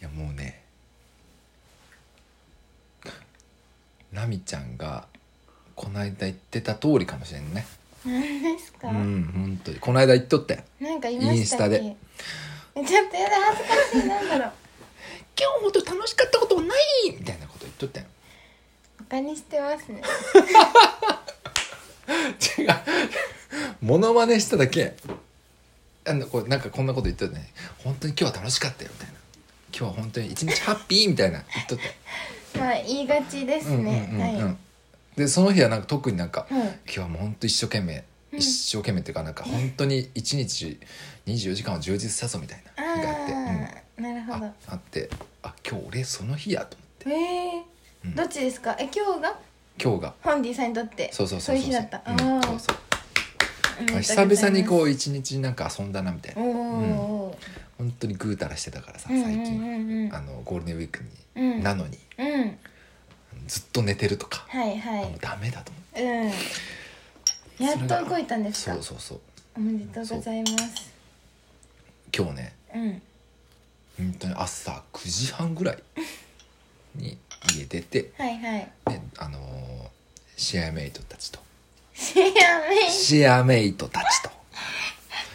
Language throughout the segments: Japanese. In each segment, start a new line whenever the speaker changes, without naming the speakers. いやもうねラミちゃんがこの間言ってた通りかもしれんね
何ですか、
うん本当にこの間言っとったよ
なんか言いましたっけ
イン
えちょっとやだ恥ずかしいなんだろう
今日本当楽しかったことないみたいなこと言っとったよ
バカにしてますね
違うモノマネしただけあのこうなんかこんなこと言っとったね本当に今日は楽しかったよみたいな今日は本当に一日ハッピーみたいな言っとったよ
まあ言いがちです
うんうん
ね、
うんう
はい
んでその日はなんか特になんか、
はい
今日はもう本当一生懸命、
うん
一生懸命っていうかなんか本当に一日24時間を充実したぞみたいな日があって、
ああ、な
う
る
ん
ほど
ああってあ今日俺その日やと思って、
ええ
うん
どっちですかえ今日が
今日が
ホンディさんにとって
そうそうそう
そういう日だった
うん
あー
そうそう
おめでとうござい
久
ます
々にこう一日なんか遊んだなみたいな
おーお
本当にぐうたらしてたからさ
ー、うんう
最近、
ん
あのゴールデンウィークに、
うんうん
なのに
うん
ずっと寝てるとか、
はいはい
もうダメだと思って
うんやっと動いたんです
そ
か
うそうそう
おめでとうございます
今日ね
うん
本当に朝9時半ぐらいに家出て、
はい はい
ねあのーシェアメイトたちと
シェアメイト
シェアメイトたちと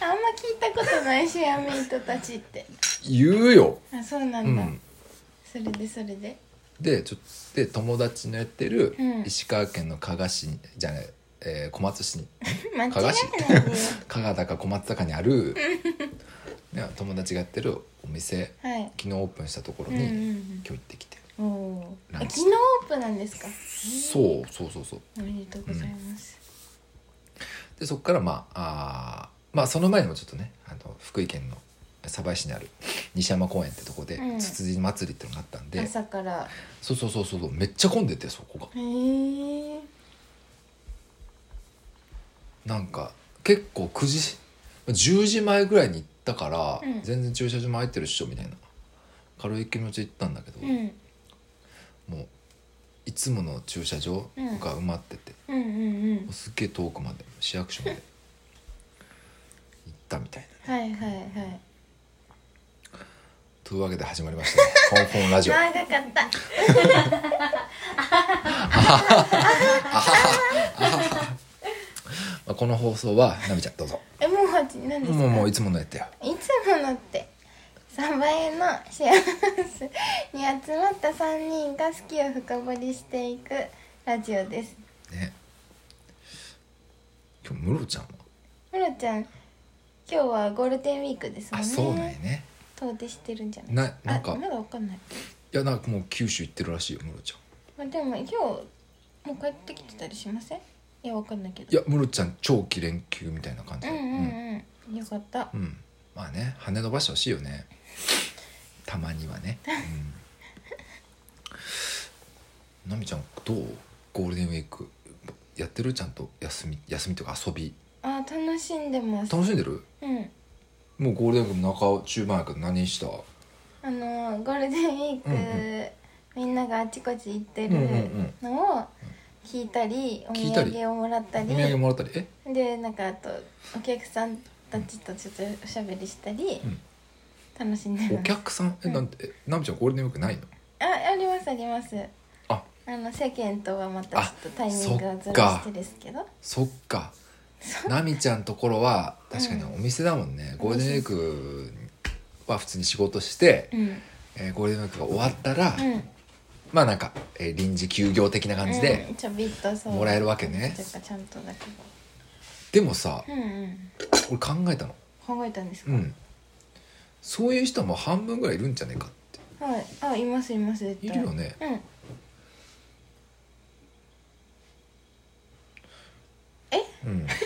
あんま聞いたことないシェアメイトたちって
言うよ、
あそうな
うん
だ、
ん、
それでそれ で
でちょっとで友達のやってる
うん
石川県の加賀市にじゃない、えー小松市に
間違え
加賀市
ないで
加賀だか小松だかにあ る、ね、友達がやってるお店
はい
昨日オープンしたところ
うん
に、
うん
今
うん
日行ってきて、
おおー
ラ
あ
ン
昨
チ
日オープンなんですか
そうそうそうそう
おめでとうございます、
でそっからまああーまあその前にもちょっとねあの福井県の鯖江市にある西山公園ってとこで、
うん
つつじ祭りってのがあったんで
朝から
そうそうそうそうそうめっちゃ混んでてそこが
へえ
なんか結構9時10時前ぐらいに行ったから、
うん
全然駐車場も空いてるっしょみたいな軽い気持ちで行ったんだけど、
うんうん
もういつもの駐車場が埋まってて、
うんうん
もうすっげえ遠くまで市役所まで行ったみたいな
はいはいはい
というわけで始まりましたね「フォ ンフォンラジオ」
長かった
まあこの放送はナミちゃんどうぞ
えもう八何ですか
もうもういつものやったよ
いつものって3倍のシェアハウスに集まった3人が好きを深掘りしていくラジオです
ね今日ムロちゃんは
ムロちゃん今日はゴールデンウィークですもん
あ
ね
そうなんやね
遠出してるんじゃない
ななん
あ
か
まだわかんない、
いやなんかもう九州行ってるらしいよムロちゃん
まあ、でも今日もう帰ってきてたりしませんいやわかんないけど
いやムロちゃん長期連休みたいな感じ
うん
で
うんうん、よかった
うんうんまあね羽伸ばしてほしいよねたまにはねうんナミちゃんどうゴールデンウィークやってるちゃんと休み休みというか遊び
あー楽しんでます
楽しんでる
うん
もうゴールデンウィークの中中盤やけど何した
あのーゴールデンウィーク、
うん
みんながあちこち行って
うんうん
る
うん
のを聞いたり、
聞い
お
た
土
り
産をもらった
お
り
土産もらったりえ
でなんかあとお客さんたちとちょっとおしゃべりしたり、
うん
楽しんで
お
ます
客さんえ
うん
なんてえナミちゃんゴールデンウィークないの
あありますあります
あ
あの世間とはまたちょっとタイミングがず
そっ
ら
か
してですけど
そっかナミちゃんところは確かにお店だもんね、
ん
ゴールデンウィークは普通に仕事して、
うん
えーゴールデンウィークが終わったら、
うん
まあなんか、えー臨時休業的な感じで、
うん、ちょびっとそう
もらえるわけね
ちょっとちゃんとだけ
でもさ
どうんうん
俺考えたの
考えたんですか、
うんそういう人も半分ぐらいいるんじゃねえかっ
はいあいますいます絶
てい
対
るよね
うんえ
うん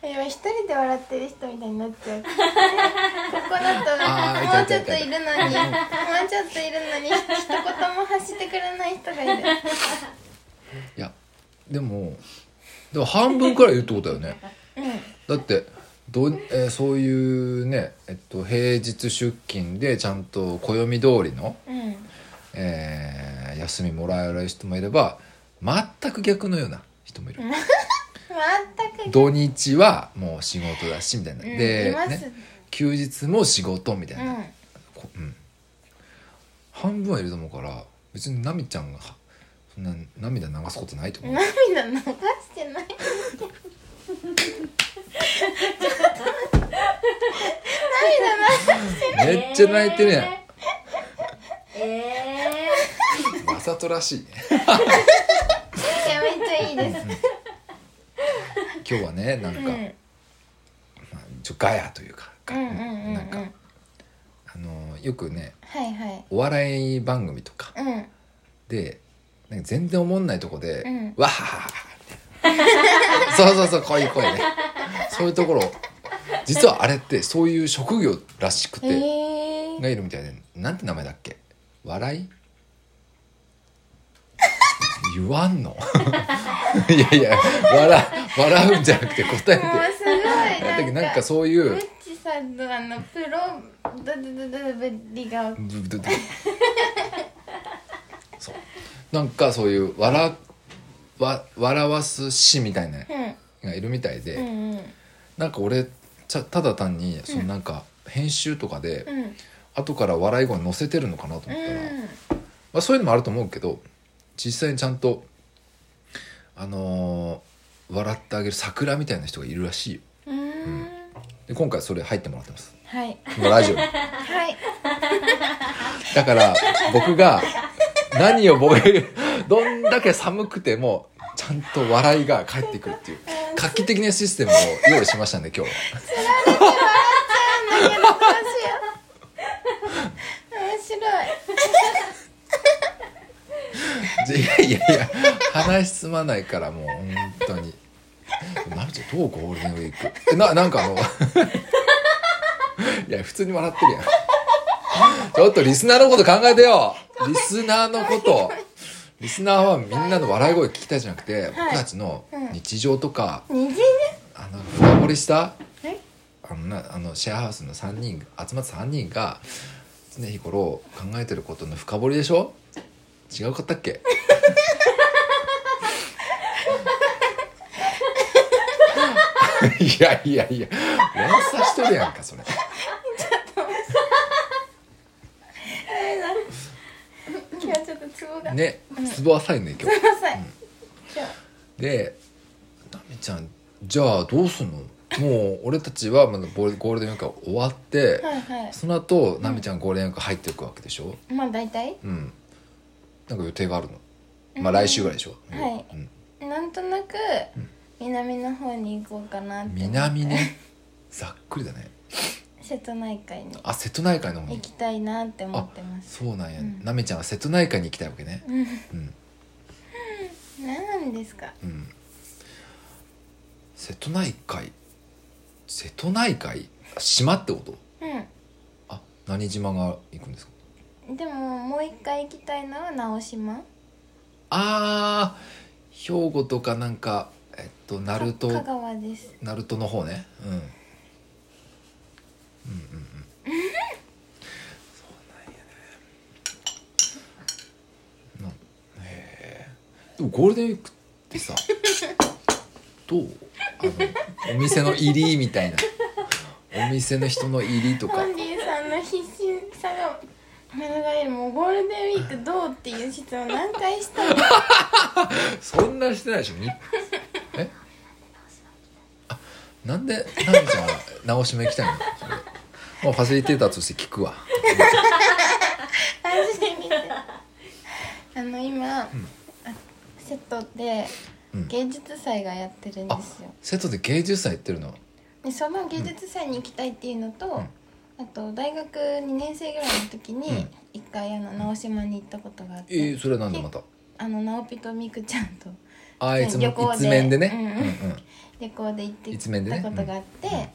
今一人で笑ってる人みたいになっちゃうここ
あー
だともうちょっと
痛い
いるのにもうちょっといるのに一言も発してくれない人がいる
いやでもでも半分くらいいるってことだよ ね
う
だってどう、えーそういうね、えっと、平日出勤でちゃんと暦通りの、
んうん
えー休みもらえる人もいれば全く逆のような人もいる
全く
土日はもう仕事だしみたいな、
うん
で、
います
ね、休日も仕事みた
う
いな、
ん
こうん半分はいると思うから別にナミちゃんがそんな涙流すことないと思う
涙流してないんだけどちょっと待って涙流し
めっちゃ泣いてるやん
えーえ
マサトらしいね
いやめっちゃいいです
今日はねなんか、
うん
まあ、ちょガヤというか、
うんうんうんう
なんか
ん
あのよくね
はいはい
お笑い番組とか
うん
でなんか全然思んないとこで「
うん
わははは」そうそうそうこういう声ねそういうところ実はあれってそういう職業らしくて、
えー
がいるみたいでなんて名前だっけ笑い言わ んのいやいや笑笑うんじゃなくて答えて
もうすごい
だ
な
けど
んか
なんかそういう
ムッチさんのあのプロドドドドぶりが
ブブブブそうなんかそういう笑わ笑わす師みたいなの
うん
がいるみたいで、
うんうん
なんか俺ちゃただ単にそのなんか編集とかで
うん
後から笑い声載せてるのかなと思ったら、
う
まあ、そういうのもあると思うけど実際にちゃんとあのー笑ってあげる桜みたいな人がいるらしいよ
んうん
で今回それ入ってもらってます
はい
このラジオに
はい
だから僕が何を僕どんだけ寒くてもちゃんと笑いが返ってくるっていう画期的なシステムを用意しましたんで今日は
だけどどうしよう面白い
じいやいやいや話進まないからもう本当になるちゃんどうゴールデンウィークえななんかあの いや普通に笑ってるやんちょっとリスナーのこと考えてよリスナーのことリスナーはみんなの笑い声聞きたいじゃなくて僕たちの日常とか、
虹ね
あの深掘りした
え
あのなあのシェアハウスの3人集まった3人が常日頃考えてることの深掘りでしょ違うかったっけいやいやいや連鎖してるやんかそれ
今日はちょっとツボが
ねツボ浅いね今日
ください今
でナミちゃんじゃあどうすんのもう俺たちはまだゴールゴールデンウィークが終わって
日はいはい
その後ナミちゃんゴールデンウィーク入っていくわけでしょ、
まあ大体
うんなんか予定があるのまあ来週ぐらいでしょ、
うんはい
うん
なんとなく南の方に行こうかなって
南ねざっくりだね
瀬戸内海に
あ瀬戸内海の方
行
に
きたいなって思ってます
そうなんや、
うん
なめちゃんは瀬戸内海に行きたいわけね
うん
うん
何なんですか
うん瀬戸内海瀬戸内海島ってこと
う
あ何島が行くんですか
んでももう一回行きたいのは直島
あー兵庫とかなんかえっと鳴門
香川です
ナルトの方ね、うん、うんうんうんそうなんやねなへえでもゴールデンウィークってさ どうあのお店の入りみたいなお店の人の入りと
ホ
か
ンディさんの必死さが目の前にもうゴールデンウィークどうっていう質問何回したの
そんなしてないでしょにえあなんで奈美ちゃんは直島行きたいの それもうファシリテーターとして聞くわ
初めてあの今、あセットで
うん
芸術祭がやってるんですよ、
瀬戸で芸術祭行ってるの
でその芸術祭に行きたいっていうのと、あと大学2年生ぐらいの時
う
に
ん
一回あの直島に行ったことがあって、
えー、それはなんでまた
あの直ピとみくちゃんと
あーいつも
旅行で
一面でね、
うん
うんうん
旅行で行って
一面でね
たことがあって、
うんうん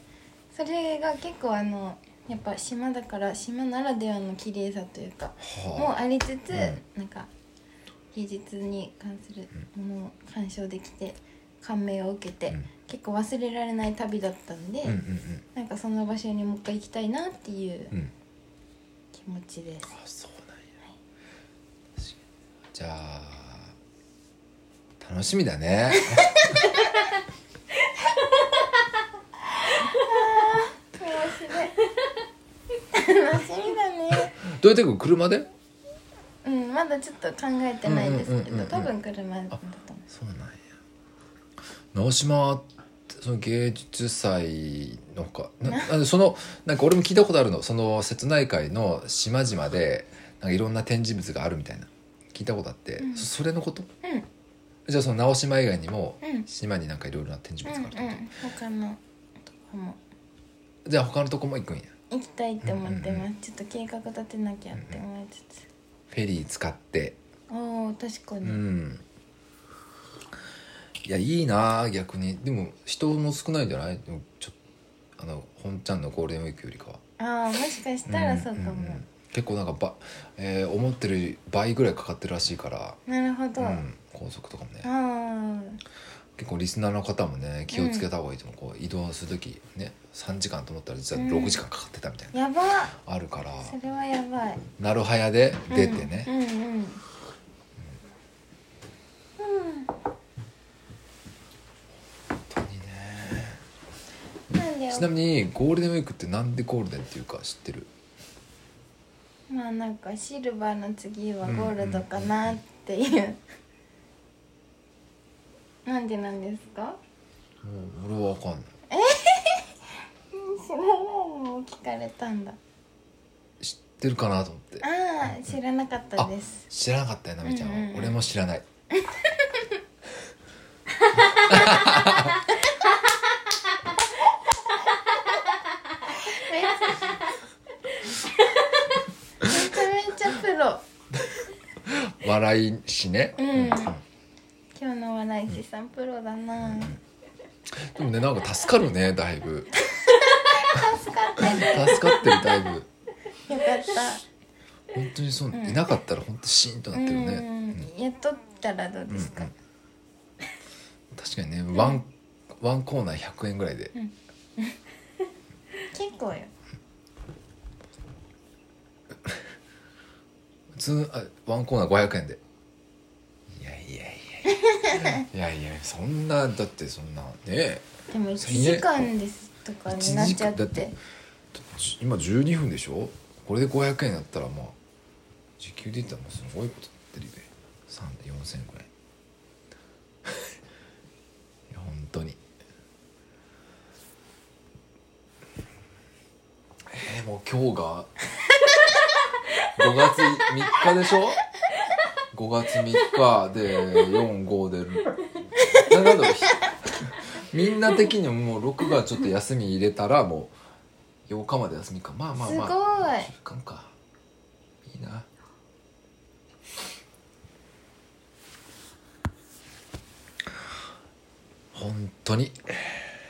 それが結構あのやっぱ島だから島ならではの綺麗さというかも
は
ありつつ、
うん
なんか芸術に関するものを鑑賞できて感銘を受けて、
うん
結構忘れられない旅だったんで、
あ、うんうん
なんかその場所にもう一回行きたいなっていう
うんうん
気持ちです。
あそうなんや、確かにじゃあ楽しみだね
面白い楽しみだね
どうやってく車で
うんまだちょっと考えてないですけ
うんうんうんうんう
ど
ん
多分車だと思
そうなんや直島ってその芸術祭のほか ななんでそのなんか俺も聞いたことあるのその瀬戸内海の島々でなんかいろんな展示物があるみたいな聞いたことあって、
うん
そそれのこと
ううん
じゃあその直島以外にも
うん
島になんかいろいろな展示
う
物
ん
があるってこ
うん他のとこも
とじゃあ他のとこも行くんや
行きたいって思って
う
ます、
んう
ちょっと計画立てなきゃって思いつつ、
フェリー使って
おお確か
う
に、
んいやいいなあ逆にでも人も少ないんじゃないでもちょあの本ちゃんのゴールデンウィークよりかは
ああもしかしたらそうかも、
んんん結構なんかば、えー思ってる倍ぐらいかかってるらしいから、
なるほど、
う
あ
ん、高速とかもね
あ
結構リスナーの方もね気をつけた方がいいと思う,、こう移動する時ね3時間と思ったら実は
うん
6時間かかってたみたいな、
やば
あるから
それはやばい
なるはやで出てね、
うんうんうん、うん、
本当にね
なんで
ちなみにゴールデンウィークってなんでゴールデンっていうか知ってる
まあなんかシルバーの次はゴールドかなっていう、なんでなんですか
もう俺はわかんない
知らないのを聞かれたんだ
知ってるかなと思って
ああ知らなかったです
知らなかったよなみちゃんは、
うんうんうん
俺も知らない
めちゃめちゃプロ
笑いしね、
うん
で
今日の笑い師さんプロだな
もねなんか助かるねだいぶ
助かってる
助かってるだいぶ
よかった
本当にそう、
ん
いなかったら本当シーンとなってるね、
うんやっとったらどうですか、
確かにねワンワンコーナー100円ぐらいで、
結構よ
普通あワンコーナー500円でいやいやい やいやいやいやそんなだってそんなね
でも1
最悪
時間ですとかになっちゃっ
一時間だって
て
じ今12分でしょこれで500円だったらまあ時給で言ったらもうすごいことになってるよ3で4000円ぐらい いや本当にえー、もう今日が5月3日でしょ5月3日で45でななんだろうひみんな的にももう6がちょっと休み入れたらもう8日まで休みかまあまあ
すご
ま
い
あ一貫かいいな本当に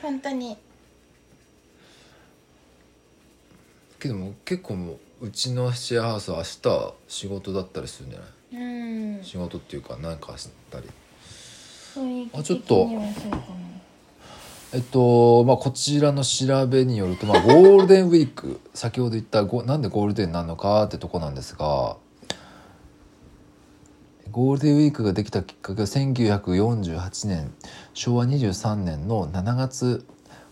本当に
けども結構もううちのシェアハウスは明日仕事だったりするんじゃない
うん
仕事っていうか何かしたり
雰囲気
あちょっ
的
と
にはそうかも
えっとまあこちらの調べによると、まあ、ゴールデンウィーク 先ほど言ったごなんでゴールデンなのかってとこなんですがゴールデンウィークができたきっかけは1948年昭和23年の7月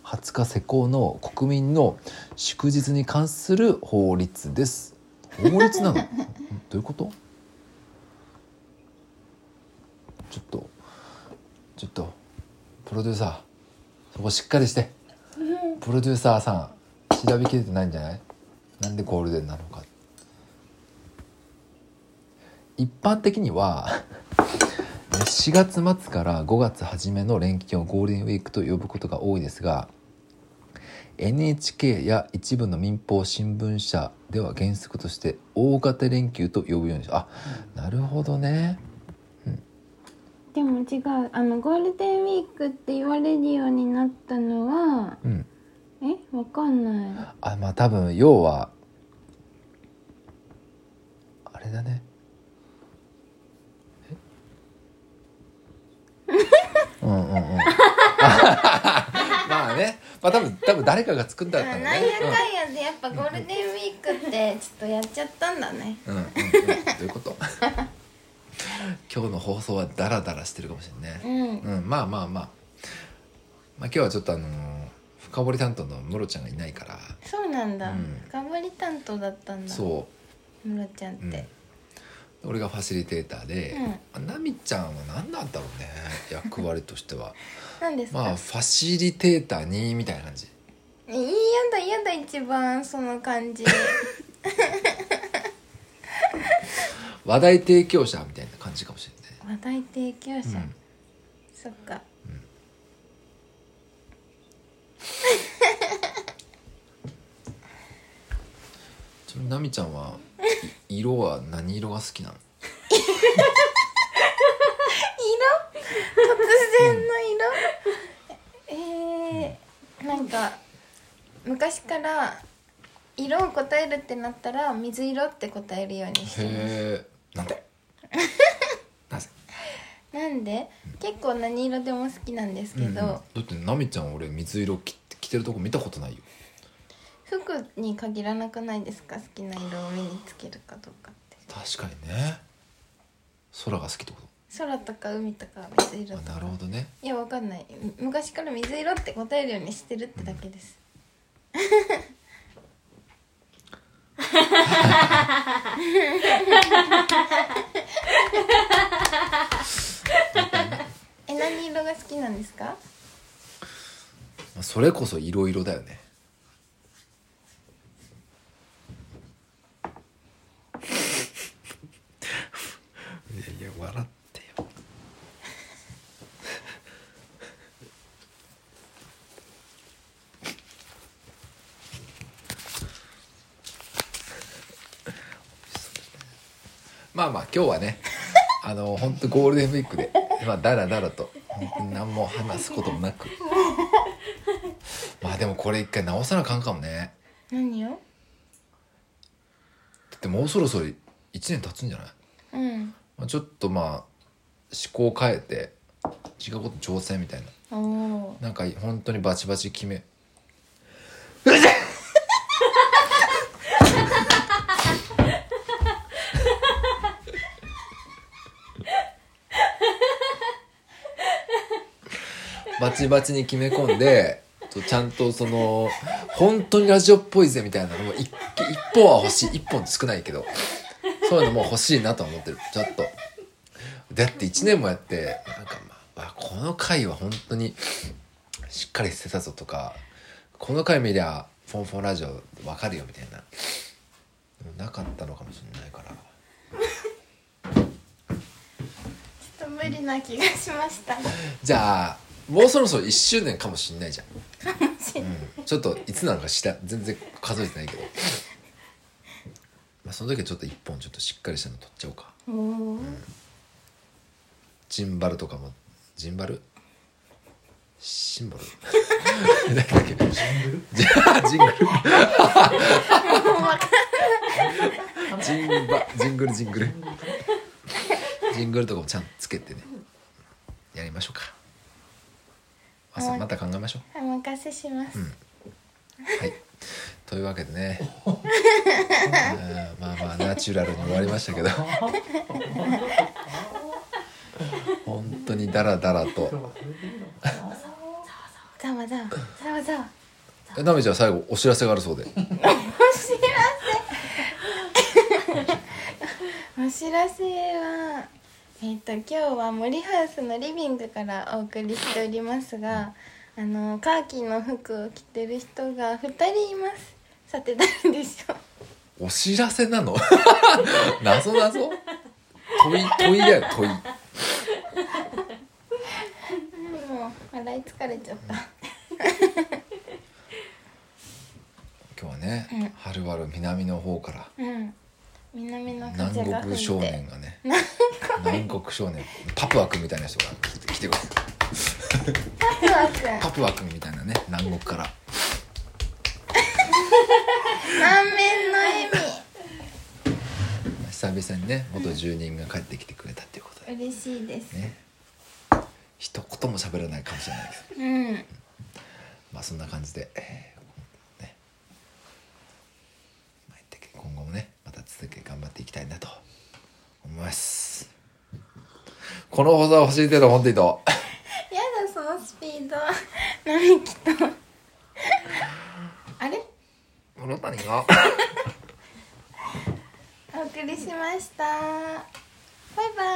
20日施行の国民の祝日に関する法律です法律なの どういうことちょっとちょっとプロデューサーそこしっかりしてプロデューサーさん調べきれてないんじゃないなんでゴールデンなのか一般的には4月末から5月初めの連休をゴールデンウィークと呼ぶことが多いですが NHK や一部の民放新聞社では原則として大型連休と呼ぶようにしあなるほどね
でも違うあのゴールデンウィークって言われるようになったのは
うん
えわかんない
あまあ多分要はあれだねえうんうんうん まあねまあ多分多分誰かが作ったんだ
あ
ろう
な
ね
んやかんやでやっぱゴールデンウィークってちょっとやっちゃったんだね
うんうんうん、どういうこと 今日の放送はダラダラしてるかもしれないうね、
ん
うん、まあまあまあまあ今日はちょっとあのー深掘り担当のムロちゃんがいないから
そうなんだ
うん
頑張り担当だったんだ
そ
ムロちゃんって、
うんで俺がファシリテーターで
うん、
ナミちゃんは何なんだろうね 役割としては
なんですか、
まあファシリテーターにみたいな感じ
いいやだやだ一番その感 じ
話題提供者みたいな感じかもし
話題提供
れ
者、
ないね、
そっか
うん、ちなみにナミちゃんはい 色は何色が好きなの
突然の色、えー、なんか昔から色を答えるってなったら水色って答えるようにしてま
へ
す
えなん でなぜ
なんで結構何色でも好きなんですけど、
うんうんだってナミちゃん俺水色着て着てるとこ見たことないよ
服に限らなくないですか好きな色を目につけるかどうかって
確かにね空が好きってこ
空とか海とか水
と
色
あ
とか
なるほどね
いやわかんないむ昔から水色って答えるようにしてるってだけです、 え何色が好きなんですか
まあそれこそ色々だよねいやいや笑ってよまあまあ今日はねあの本当ゴールデンウィークでまあだらだらと本当に何も話すこともなくまあでもこれ一回直さなあかんかもね
何を
だってもうそろそろ1年経つんじゃない、
うん
まあ、ちょっとまあ思考変えて違うこと挑戦みたいな
おお
なんか本当にバチバチ決めバチバチに決め込んでとちゃんとその本当にラジオっぽいぜみたいなのも一一本は欲しい一本少ないけどそういうのも欲しいなとは思ってるちょっとだって1年もやってなんかまあわこの回は本当にしっかりしてたぞとかこの回見りゃ「フォンフォンラジオ」わかるよみたいなでもなかったのかもしれないから
ちょっと無理な気がしましたか
じゃあもうそろそろ1周年かもしれないじゃん、
もしれない
うん、ちょっといつなのか知ら全然数えてないけどまあその時はちょっと1本ちょっとしっかりしたの取っちゃおうか
おお
ジンバルとかもジンバルシンボル何だっけジングル ジングルジンバジングルジングルジングルとかもちゃんとつけてねやりましょうか朝また考えましょう
お任せします、
はいというわけでねあーまあまあナチュラルに終わりましたけど本当にダラダラと
ざわざわざわざわ
えなめちゃん最後お知らせがある そうで
お知らせはえっ、と今日は森ハウスのリビングからお送りしておりますがあのカーキの服を着てる人が2人いますさて誰でしょう
お知らせなの 謎謎問い問いだよ問い
もう笑い疲れちゃった
今日はね、はるばる南の方から
うん南の風が
南
吹
国
い
少
て
年がね 南国少年パプア君みたいな人が来て来てくれた
パプアくん
パプア君みたいなね南国から
満面の笑
久々にね元住人が帰ってきてくれたっていうことで
み嬉しいです
ね一言も喋らないかもしれないけど
うん
まあそんな感じで、えーねまあ言って今後もねまた続け頑張っていきたいなと思いますこの放送を欲しい程度本当にと
やだそのスピード 並木と あれ
室谷が
あお送りしましたバイバイ